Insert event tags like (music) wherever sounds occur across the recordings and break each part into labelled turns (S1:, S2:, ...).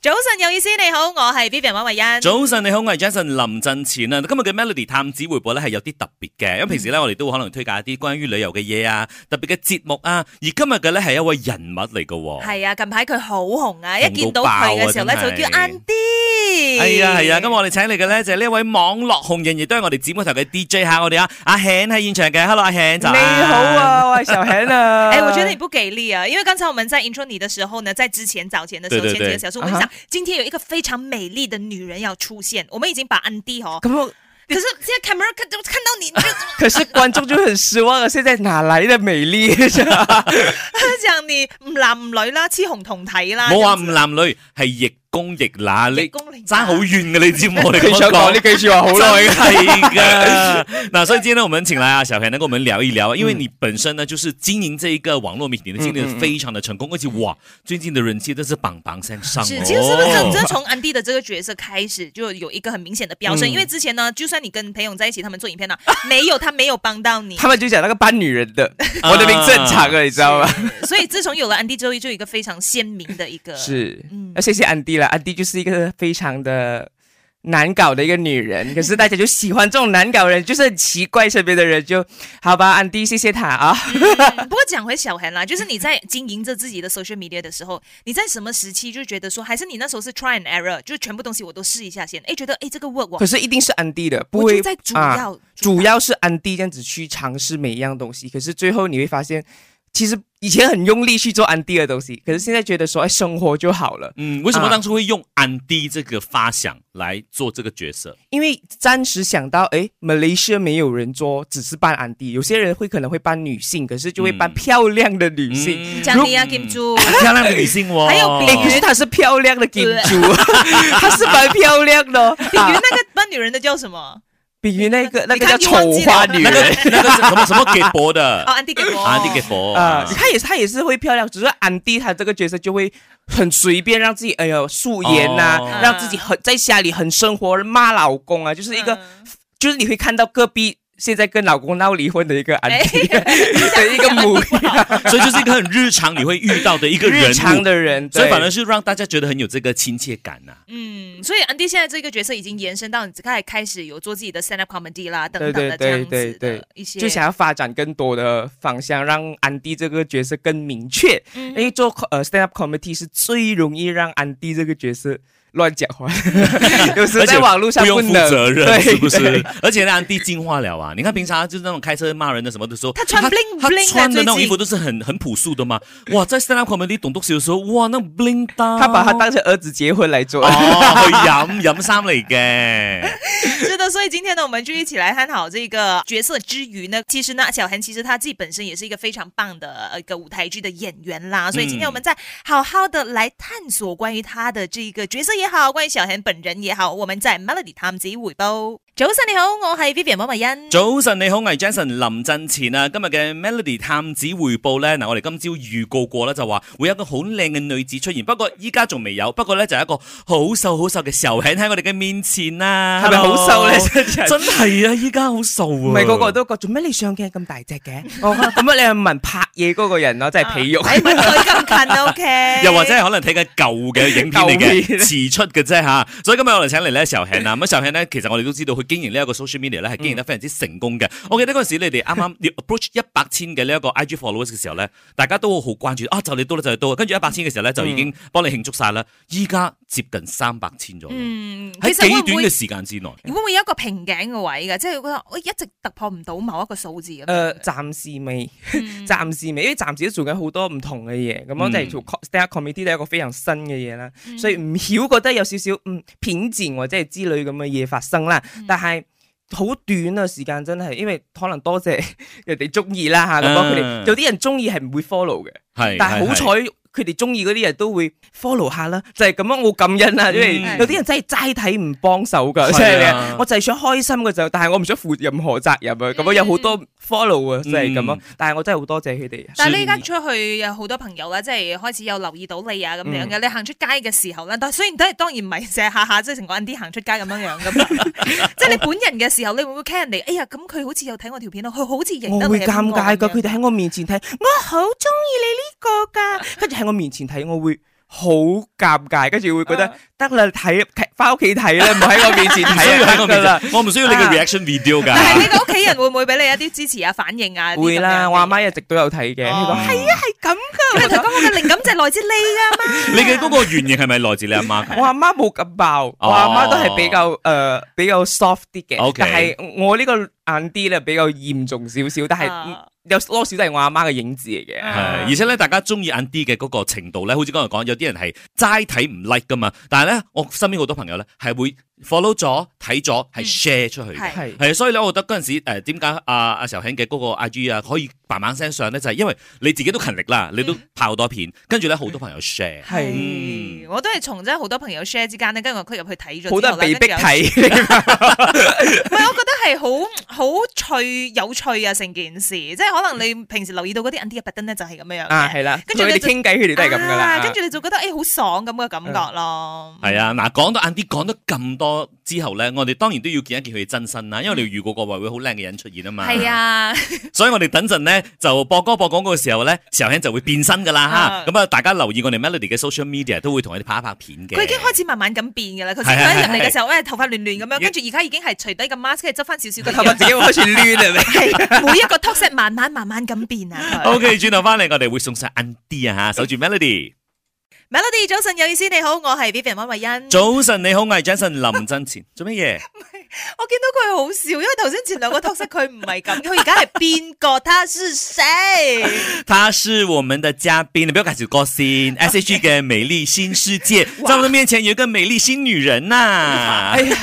S1: 早晨有意思，你好，我係 Vivian 温慧欣。
S2: 早晨，你好，我係 Jason 林振前啊。今日嘅 Melody 探子回報咧係有啲特別嘅，因為平時咧我哋都會可能推介一啲關於旅遊嘅嘢啊，特別嘅節目啊。而今日嘅咧係一位人物嚟嘅喎。
S1: 係啊，近排佢好紅啊，
S2: 紅到
S1: 一見到佢嘅時候咧
S2: 爆啊
S1: 就
S2: 真係
S1: 叫 Andy。
S2: 係啊係啊，咁我哋請嚟嘅咧就係呢一位網絡紅人，亦都係我哋姊妹台嘅 DJ 吓，我哋啊阿 Hen 喺現場嘅，Hello 阿 Hen，早
S3: 你
S2: 安
S3: 好，啊，我係小恒啊。
S1: (laughs) 哎、我覺得你不給力啊！因為剛才我們在 intro 你的時候呢，在之前早前的時候，
S2: 對對對
S1: 前
S2: 啊
S1: 幾個小時，我們想、今天有一個非常美麗的女人要出現，
S2: (laughs)
S1: 我們已經把 Andy 哦，
S3: 咁我，
S1: 可是現在 camera 看看到你，你 (laughs) 就
S3: 可是觀眾就很失望啊！現在哪來的
S1: (laughs)
S3: 美麗？ (laughs)
S1: 他講你唔男唔女啦，雌雄同體啦，
S2: 冇話唔男女，係亦公亦乸，
S1: 逆
S2: 你
S1: 功力
S2: 爭好遠嘅， (laughs) 你知唔知我哋
S3: 佢想
S2: 講
S3: 講呢句說話好耐啊。
S2: 係噶。那所以今天呢，我们请来啊小黑呢，跟我们聊一聊啊，因为你本身呢就是经营这一个网络媒体的经历非常的成功，而且哇，最近的人气都是榜榜向上
S1: 是
S2: 哦，。
S1: 其实是不是真真从安迪的这个角色开始，就有一个很明显的飙升？
S3: 嗯
S1: 因为之前呢，就算你跟裴勇在一起，他们做影片呢，没有他没有帮到你
S3: 他。们就講那個扮女人的，我的名字很長啊，你知道嗎？
S1: 所以自从有了安迪之后，就有一个非常鮮明的一个
S3: (laughs) 是
S1: 嗯，
S3: 要謝謝安迪啦，安迪就是一個非常的。難搞的一個女人，可是大家就喜歡這種難搞的人，就是很奇怪，身邊的人就好吧。安迪，謝謝他啊。
S1: 嗯不过讲回小韩啦，就是你在经营着自己的 social media 的时候，你在什么时期就觉得说，还是你那时候是 try and error，就全部东西我都试一下先，哎，觉得哎这个 work 我
S3: 可，是一定是安迪的，不
S1: 我
S3: 會
S1: 就在主要
S3: 主要是安迪这样子去尝试每一样东西，可是最后你会发现，其实以前很用力去做安迪的东西，可是现在觉得说，哎，生活就好了，
S2: 嗯，为什么
S3: 啊
S2: 当初会用安迪这个发想来做这个角色？
S3: 因为暂时想到，哎，马来西亚没有人做，只是扮安迪，有些人会可能会扮女性，可是就会扮
S2: 嗯
S3: 漂亮的女性。
S1: 讲你啊，Kim
S3: (laughs)
S1: 猪，
S2: 漂亮的女性哦，
S1: 还有比
S3: 哎，可是她是漂亮的金主，
S1: (laughs)
S3: 她是蛮漂亮的哦。
S1: 比如那个扮女人的叫什么？
S3: 比如那个那个
S1: 你
S3: 叫
S1: 看又忘
S3: 丑
S1: 记了
S3: 花女
S2: 那个
S3: 人，
S2: (laughs) 那个是什么什么给博的
S1: (laughs) 哦，安迪给我，
S2: (laughs) 安迪给博
S3: 啊
S2: 啊，，
S3: 她也是她也是会漂亮，只是安迪她这个角色就会很随便，让自己哎呦素颜呐、
S2: 哦
S3: 让自己很在家里很生活，骂老公啊，
S1: 嗯
S3: 就是一
S2: 嗯
S3: 个、就是你会看到隔壁现在跟老公闹离婚的一个安
S2: 哎
S3: 迪、 (laughs) 的一个
S1: (laughs)
S2: (laughs)
S3: 母
S2: 所以就是一个很日常你会遇到的一个人
S3: 日常
S2: 物，
S3: 的人，
S2: 所以
S3: 对
S2: 反而是让大家觉得很有这个亲切感啊呐。
S1: 嗯，所以安迪现在这个角色已经延伸到你刚才开始有做自己的 stand up comedy 啦，等等的这
S3: 对
S1: 样
S3: 对
S1: 子
S3: 对对
S1: 的一些，
S3: 就想要发展更多的方向，让安迪这个角色更明确，
S2: 嗯
S3: 因为做呃 stand up comedy 是最容易让安迪这个角色乱讲话，
S2: (laughs)
S3: 有时候
S2: 而且
S3: 在网络上
S2: 不用负
S3: 能
S2: 责任，
S3: 对
S2: 是不是
S3: 对？
S2: 而且呢，安迪进化了啊！你看平常就是那种开车骂人的什么的时候，
S1: 他穿 bling
S2: 他
S1: bling
S2: 穿的
S1: 的
S2: 那种
S1: 最
S2: 衣
S1: 近
S2: 服都是很很朴素的嘛。哇，在 stand up comedy 懂东西的时候，哇，那种 bling 到
S3: 他把他当成儿子结婚来做。
S2: 哦，
S3: (laughs)
S2: 去饮饮衫嚟嘅。
S1: 是的，所以今天呢，我们就一起来探讨这个角色之余呢，其实呢，小韩其实他自己本身也是一个非常棒的呃一个舞台剧的演员啦，
S3: 嗯
S1: 所以今天我们再好好的来探索关于他的这个角色也好，关于小韩本人也好，我们在 Melody 探子回报。哎早晨你好，我系 Vivian 莫文欣。
S2: 早晨，你好，我係 Jason 林振前啊。今日嘅 Melody 探子回報呢，嗱，我哋今朝預告過啦，就話會有一個好靚嘅女子出現，不過依家仲未有。不過呢，就有一個好瘦好瘦嘅時候喺我哋嘅面前啊，
S3: 係咪好瘦呢
S2: Hello (laughs) 真係啊，依家好瘦啊，
S3: 唔係個個都覺做咩你上鏡咁大隻嘅？我話咁啊，你係問拍嘢嗰個人咯，真係皮肉。 (laughs)
S1: 哎唔好咁近，OK。
S2: (laughs) 又或者係可能睇緊舊嘅影片嚟嘅
S3: 舊，片
S2: 遲出嘅啫吓。所以今日我哋請嚟咧仇慶啊，咁仇慶咧，其實我哋都知道佢經營呢一個 social media 咧係
S3: 嗯
S2: 經營得非常之成功嘅。我記得嗰陣時你哋啱啱
S3: (laughs)
S2: 要 approach 一百千嘅呢一個 IG followers 嘅時候咧，大家都好關注啊，就你到啦，就你到啦，跟住一百千嘅時候咧就已
S3: 嗯
S2: 經幫你慶祝晒啦。依家接近三百千咗，
S1: 嗯，
S2: 喺
S1: 其實
S2: 幾
S1: 會
S2: 短
S1: 唔會
S2: 嘅時間之內，
S1: 會唔會有一個瓶頸嘅位㗎？即係覺得我一直突破唔到某一個數字咁樣。
S3: 誒，呃暫時未，
S1: 嗯
S3: 暫時未，因為暫時都做緊好多唔同嘅嘢，咁我就係做 stand up comedy 都係一個非常新嘅嘢啦，
S1: 嗯
S3: 所以唔曉覺得有少少嗯偏見或者係之類咁嘅嘢發生啦，但係。好短啊時間真係，因為可能多謝 (laughs) 人哋中意啦嚇，咁樣佢
S2: 嗯
S3: 哋有啲人中意係唔會 follow 嘅，
S2: 係
S3: 但係好
S2: 係
S3: 彩佢哋中意嗰啲人都會 follow 下啦，就係咁樣我感恩啦，因為
S2: 嗯
S3: 有啲人真係齋睇唔幫手㗎，
S2: 係啊
S3: 真係啊我就係想開心嘅就，但係我唔想負任何責任啊，咁樣有好多 follow 啊，真係咁樣
S2: 嗯，
S3: 但係我真係好多謝佢哋。
S1: 但係呢家出去有好多朋友啦，即係開始有留意到你啊咁樣
S3: 嗯
S1: 嘅。你行出街嘅時候咧，但雖然都係當然唔係成日下下即係成個 Andy 行出街咁樣樣咁，
S3: (laughs)
S1: 即係你本人嘅時候，你會唔會 care 人哋？哎呀，咁佢好似有睇我條片咯，佢好似認得你
S3: 我會尷尬㗎，佢
S1: 哋
S3: 哋喺我面前睇，我好中意你呢個㗎，跟住喺我面前睇，我會好尷尬，跟住會覺
S1: 啊
S3: 得得啦，睇翻屋企睇啦，唔好喺我面前
S2: 需要
S3: 睇
S2: 喺
S3: 啊
S2: 我
S3: 得
S2: 面
S3: 啦。
S2: 前， (laughs) 我唔需要你嘅
S3: 啊
S2: reaction video 㗎。
S1: 但係你嘅屋企人會唔會俾你一啲支持啊、反應啊？
S3: 會啦，我阿媽一
S1: 日
S3: 直都有睇嘅，佢
S1: 哦
S3: 講係啊係咁
S1: 你同
S3: 噶。
S1: 佢講我嘅靈感就係來自你噶嘛？
S2: 你嘅嗰個原型係咪來自你阿媽㗎？
S3: 我阿媽冇咁爆，我阿媽都係比較誒、呃比較 soft 啲嘅
S2: OK，
S3: 但係我呢個眼啲咧比較嚴重少少，但係嗯
S1: 啊
S3: 有多少都係我阿媽嘅影子嚟嘅。
S2: 係，
S1: 啊
S2: 而且咧，大家中意眼啲嘅嗰個程度咧，好似剛才講，有啲人係齋睇唔 like 噶嘛，但係咧，我身邊好多朋友咧係會 follow 咗、睇咗，係
S1: 嗯
S2: share 出去嘅。
S1: 係
S3: 係
S2: 係，所以咧，我覺得嗰陣時誒點解阿阿仇慶嘅嗰個 IG 啊，可以慢慢聲上咧，就係、因為你自己都勤力啦，
S1: 嗯
S2: 你都拍好多片，跟住咧好多朋友 share。
S3: 係
S1: 係，我都係從真係好多朋友 share 之間咧，跟住我 click 入去睇咗之後
S3: 好
S1: 啦，
S3: 多人被逼
S1: 跟住有
S3: 睇，
S1: 唔係，我覺得係好好 (laughs) 趣有趣啊！成件事，即係可能你平時留意到嗰啲 anti 嘅 button 咧，就係咁樣樣
S3: (laughs) 啊
S1: 嘅。
S3: 係啦，
S1: 跟
S3: 跟
S1: 住
S3: 住
S1: 你
S3: 你
S1: 就
S3: 傾偈，佢哋都係咁噶
S1: 啊
S3: 啦。嗯
S1: 跟住你就覺得誒好爽咁嘅感覺咯。
S2: 係啊，嗱，講到眼啲講得咁多之後咧，我哋當然都要見一見佢嘅真身啦，因為你遇過個話會好靚嘅人出現啊嘛。
S1: 嗯係啊，
S2: 所以我哋等陣咧就播歌播廣告嘅時候咧，時候兄就會變身噶啦
S1: 啊
S2: 吓。咁啊，大家留意我哋 Melody 嘅 social media 都會同我哋拍一拍片嘅。
S1: 佢已經開始慢慢咁變㗎啦。佢先
S2: 係係
S1: 佢
S2: 係
S1: 入嚟嘅時候，誒頭髮亂亂咁樣，
S2: 一
S1: 跟住而家已經係除低個 mask，跟住執翻少少
S3: 頭髮
S1: 嘅
S3: 自己會開始攣
S1: (laughs)
S3: 係咪？
S1: 樣，每一個 talk set 慢慢慢慢咁變啊。
S3: (laughs)
S1: 佢
S2: OK，轉頭翻嚟我哋會送上 N D
S1: (laughs)
S2: 啊吓，守住 Melody。
S1: Melody 早晨有意思，你好，我係 Vivian 温慧欣。
S2: 早晨你好，我係 Jason 林振
S1: (laughs)
S2: 前。做乜嘢？
S1: 我見到佢好笑，因為頭先前兩個 talk set 佢唔係咁，佢而家係邊個？他是
S3: (laughs)
S1: 誰？
S2: 他是我們的嘉賓，你不要開始歌先。S H E 嘅美麗新
S1: (laughs)
S2: 世界，在我們面前有一個美麗新女人啊呐、
S3: 哎呀，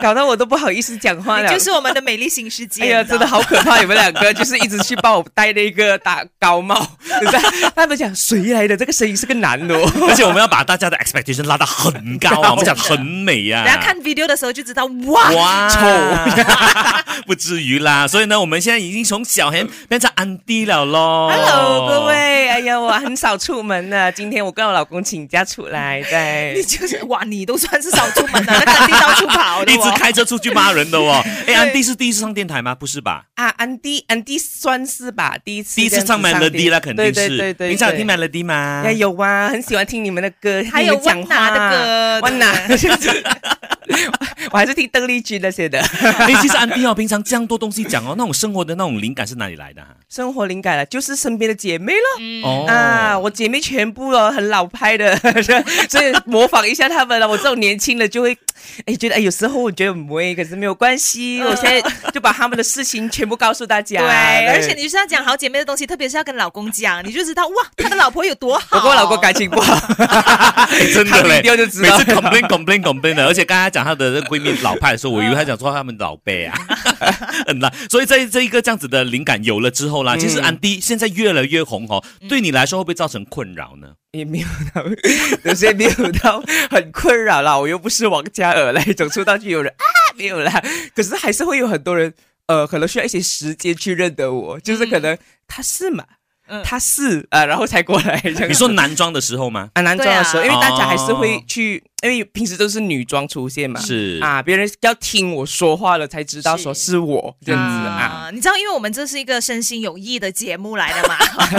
S3: 搞得我都不好意思講話
S1: 你
S3: 了
S1: 就。是我們的美麗新世界。
S3: 哎呀，
S1: 你知道
S3: 真
S1: 嗎
S3: 的好可怕！你们两个就是一直去帮我戴那个大高帽，你知道他们讲谁来的？这个声音是个男的哦。
S2: 而且我們要把大家的 expectation 拉得很高
S1: (laughs)
S2: 啊，我們講很美啊。
S1: 大家看 video 的時候就知道，哇，
S2: 哇，臭， (laughs) 不至于啦。所以呢，我们现在已经从小黑变成安迪了咯。哦
S3: Hello，各。位，哎呀，我很少出门呢，今天我跟我老公请假出来，
S1: 你
S2: (laughs)
S3: 对，
S1: 就是哇，你都算是少出
S3: (laughs)
S1: 門啦，跟地到處跑的
S2: 一直
S1: 喎。
S2: 开车出去骂人的哦。哎，安迪是第一次上电台吗？不是吧？
S3: 啊，安迪，安迪算是吧，第一次
S2: 第一次上
S3: 这样子
S2: Melody 啦，肯定
S3: 对
S2: 是。
S3: 对对对，
S2: 平常有听
S3: 对
S2: Melody 吗
S3: 哎？有啊，很喜欢听你们的歌，
S1: 還有
S3: 听你们
S1: 温
S3: 讲
S1: 拿
S3: 话
S1: 的歌，
S3: 温拿， (laughs) 我还是听邓丽君那些的。
S2: (laughs) 哎，其实安迪哦，平常这样多东西讲哦，那种生活的那种灵感是哪里来的哈？啊
S3: 生活灵感了，就是身边的姐妹咯。
S2: 哦
S3: 啊，我姐妹全部哦很老派的， (laughs) 所以模仿一下她们了。我这种年轻的就会，哎，觉得哎，有时候我觉得很威，可是没有关系，我现在就把她们的事情全部告诉大家。
S1: 對，而且你是要講好姐妹的東西，特別是要跟老公講，你就知道哇，他的老婆有多好。
S3: 我跟我老公感情不好， (laughs)
S2: 哎真的
S3: 看
S2: 嘞
S3: 民调就，知
S2: 每
S3: 道
S2: 次 complain complain complain 的，而且刚才讲她的那个闺蜜老派的时候，我以为她讲说她们老辈
S3: (laughs)
S2: 啊，很啦。所以在这一个这样子的灵感有了之后
S3: 嗯
S2: 啦，其实安迪现在越来越红哦，对你来说会不会造成困扰呢？
S3: 也 (laughs) 没有到，有些没有到很困扰啦。我又不是王嘉尔那一种出道就有人 (laughs) 啊没有啦，可是还是会有很多人。呃，可能需要一些时间去认得我，就是可能他是嘛，
S1: 嗯
S3: 他是啊，然后才过来。这样子
S2: 你说男装的时候吗？
S3: 啊，男装的时候，
S1: 对啊
S3: 因为大家还是会去，因为平时都是女装出现嘛，
S2: 是
S3: 啊，别人要听我说话了才知道说
S1: 是
S3: 是我这样子啊。
S1: 啊，你知道，因為我們這是一個身心有益的節目來的
S3: (laughs)
S1: 嘛，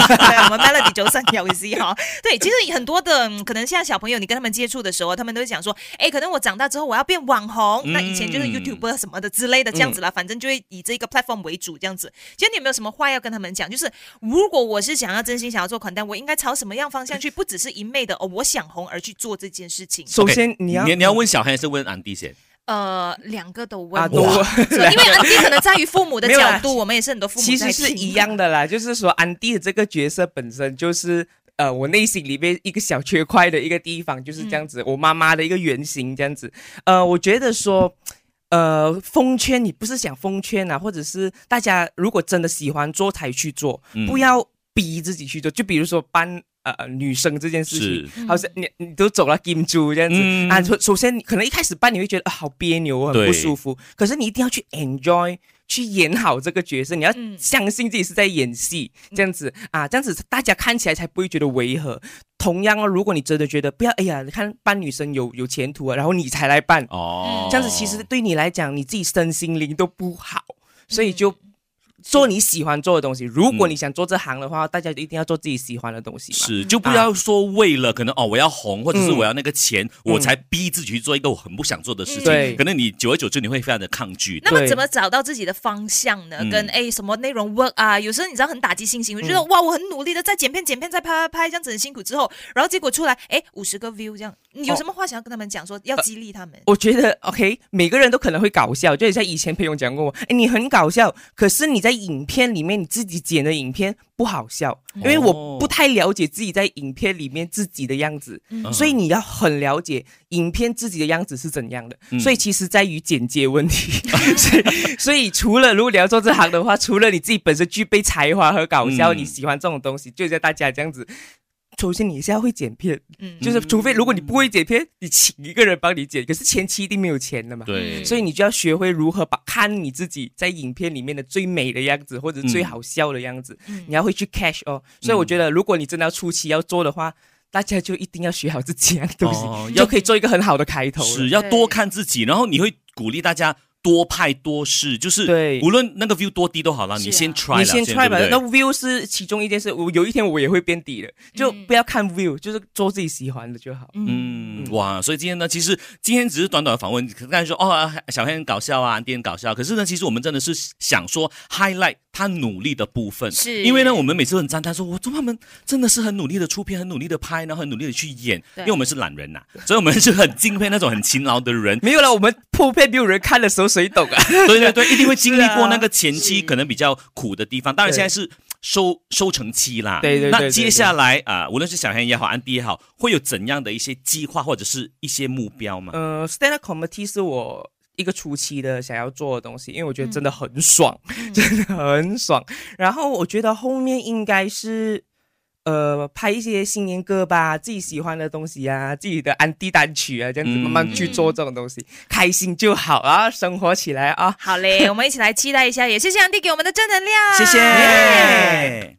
S1: 對，我們 Melody 早晨有意哈。對，其實很多的嗯可能現在小朋友，你跟他們接觸的時候，他們都會講說，哎、可能我長大之後我要變網紅，那以前就是
S2: 嗯
S1: YouTuber 什麼的之類的，這樣
S3: 嗯
S1: 子啦，反正就會以這個 platform 為主，這樣子。其實你有沒有什麼話要跟他們講？就是如果我是想要真心想要做款待，我應該朝什麼樣方向去？不只是一昧的哦，我想紅而去做這件事情。
S3: 首先
S2: OK，
S3: 你要
S2: 你你要问小黑还是问安迪先？
S1: 呃，兩個都問，
S3: 啊，
S1: 哇
S3: 我
S1: 因为安迪可能在於父
S3: (laughs)
S1: 母的
S3: 沒有啦
S1: 角度，我們也是很多父母
S3: 其
S1: 在
S3: 实是
S1: 聽
S3: 一样的啦，就是说安迪的这个角色本身就是。呃，我内心里面一个小缺块的一个地方就是
S1: 嗯
S3: 这样子，我妈妈的一个原型这样子。呃，我觉得说，呃，封圈你不是想封圈啊，或者是大家如果真的喜欢做才去做，
S2: 嗯
S3: 不要逼自己去做。就比如说搬呃女生这件事情，
S2: 是
S3: 好像你你都走了金珠这样子、
S2: 嗯
S3: 啊，首首先可能一开始办你会觉得、啊、好别扭，很
S2: 对
S3: 不舒服，可是你一定要去 enjoy。去演好这个角色，你要
S1: 嗯
S3: 相信自己是在演戏，
S2: 嗯
S3: 这样子啊，这样子大家看起来才不会觉得违和。同样哦，如果你真的觉得不要，哎呀，你看扮女生有有前途啊，然后你才来办，
S2: 哦
S1: 嗯
S2: 嗯
S3: 这样子其实对你来讲，你自己身心灵都不好，所以就做你喜欢做的东西。如果你想做这行的话，大家一定要做自己喜欢的东西嘛。
S2: 是，就不要说为了可能哦，我要红，或者是我要那个钱，我才逼自己去做一个我很不想做的事情。
S3: 啊嗯对
S2: 可能你久而久之你会非常的抗拒的。
S1: 那么
S3: 对
S1: 怎么找到自己的方向呢
S2: 嗯？
S1: 跟哎什么内容 work 啊？有时候你知道很打击信心，我觉
S3: 嗯
S1: 得哇，我很努力的在剪片、剪片、再拍拍拍，这样子很辛苦之后，然后结果出来哎五十个 view 这样，你有什么话想要跟他们讲？说要激励他们？
S3: 哦呃我觉得 OK，每个人都可能会搞笑，就像以前朋友讲过我，哎，你很搞笑，可是你在影片里面你自己剪的影片不好笑，因为
S2: 哦
S3: 我不太了解自己在影片里面自己的样子，
S2: 嗯
S3: 所以你要很了解影片自己的样子是怎样的。
S2: 嗯
S3: 所以其实在于剪接问题， (laughs) 所以所以除了如果你要做这行的话，除了你自己本身具备才华和搞笑，
S2: 嗯
S3: 你喜欢这种东西，就像大家这样子。首先，你是要会剪片，
S1: 嗯，
S3: 就是除非如果你不会剪片，你请一个人帮你剪，可是前期一定没有钱的嘛。
S2: 嗯对，
S3: 所以你就要学会如何把看你自己在影片里面的最美的样子，或者
S2: 嗯
S3: 最好笑的样子，
S1: 嗯
S3: 你要会去 catch 哦。所以我觉得，如果你真的要初期要做的话，大家就一定要学好自己的东西，
S2: 哦
S3: 就可以做一个很好的开头了。
S2: 是要多看自己，然后你会鼓励大家多拍多试，就是
S3: 对
S2: 无论那个 view 多低都好啦，
S1: 是啊
S2: 你先 try 啦，
S3: 你先 try 吧，
S2: 对不
S3: 那
S2: 对
S3: view 是其中一件事。我有一天我也会变低的，就
S1: 嗯
S3: 不要看 view，就是做自己喜欢的就好。
S2: 嗯，哇！所以今天呢，其实今天只是短短的访问，刚才说哦，啊小黑很搞笑啊，安迪很搞笑，可是呢，其实我们真的是想说 highlight 他努力的部分，
S1: 是
S2: 因为呢，我们每次都很赞叹说，我他们真的是很努力的出片，很努力的拍，然后很努力的去演，
S1: 对
S2: 因为我们是懒人呐、所以我们是很敬佩那种很勤劳的人，
S3: 没有了，我们破片没有人看的时候，谁懂啊？
S2: (laughs) 对对对，一定会经历
S3: 是啊
S2: 过那个前期
S1: 是
S2: 可能比较苦的地方。当然
S3: 对
S2: 现在是收收成期啦，
S3: 对对对
S2: 那
S3: 对对
S2: 接下来啊、无论是小黑也好，安迪也好，会有怎样的一些计划或者是一些目标吗？
S3: 嗯、s t a n d up comedy 是我一个初期的想要做的东西，因为我觉得
S2: 嗯
S3: 真的很爽，真的很爽。然后我觉得后面应该是。呃，拍一些新年歌吧，自己喜欢的东西啊，自己的安迪单曲啊，这样子
S2: 嗯
S3: 慢慢去做这种东西，开心就好啊，生活起来啊，呃
S1: 好嘞，我们一起来期待一下，也谢谢安迪给我们的正能量，
S2: 谢谢。
S1: 耶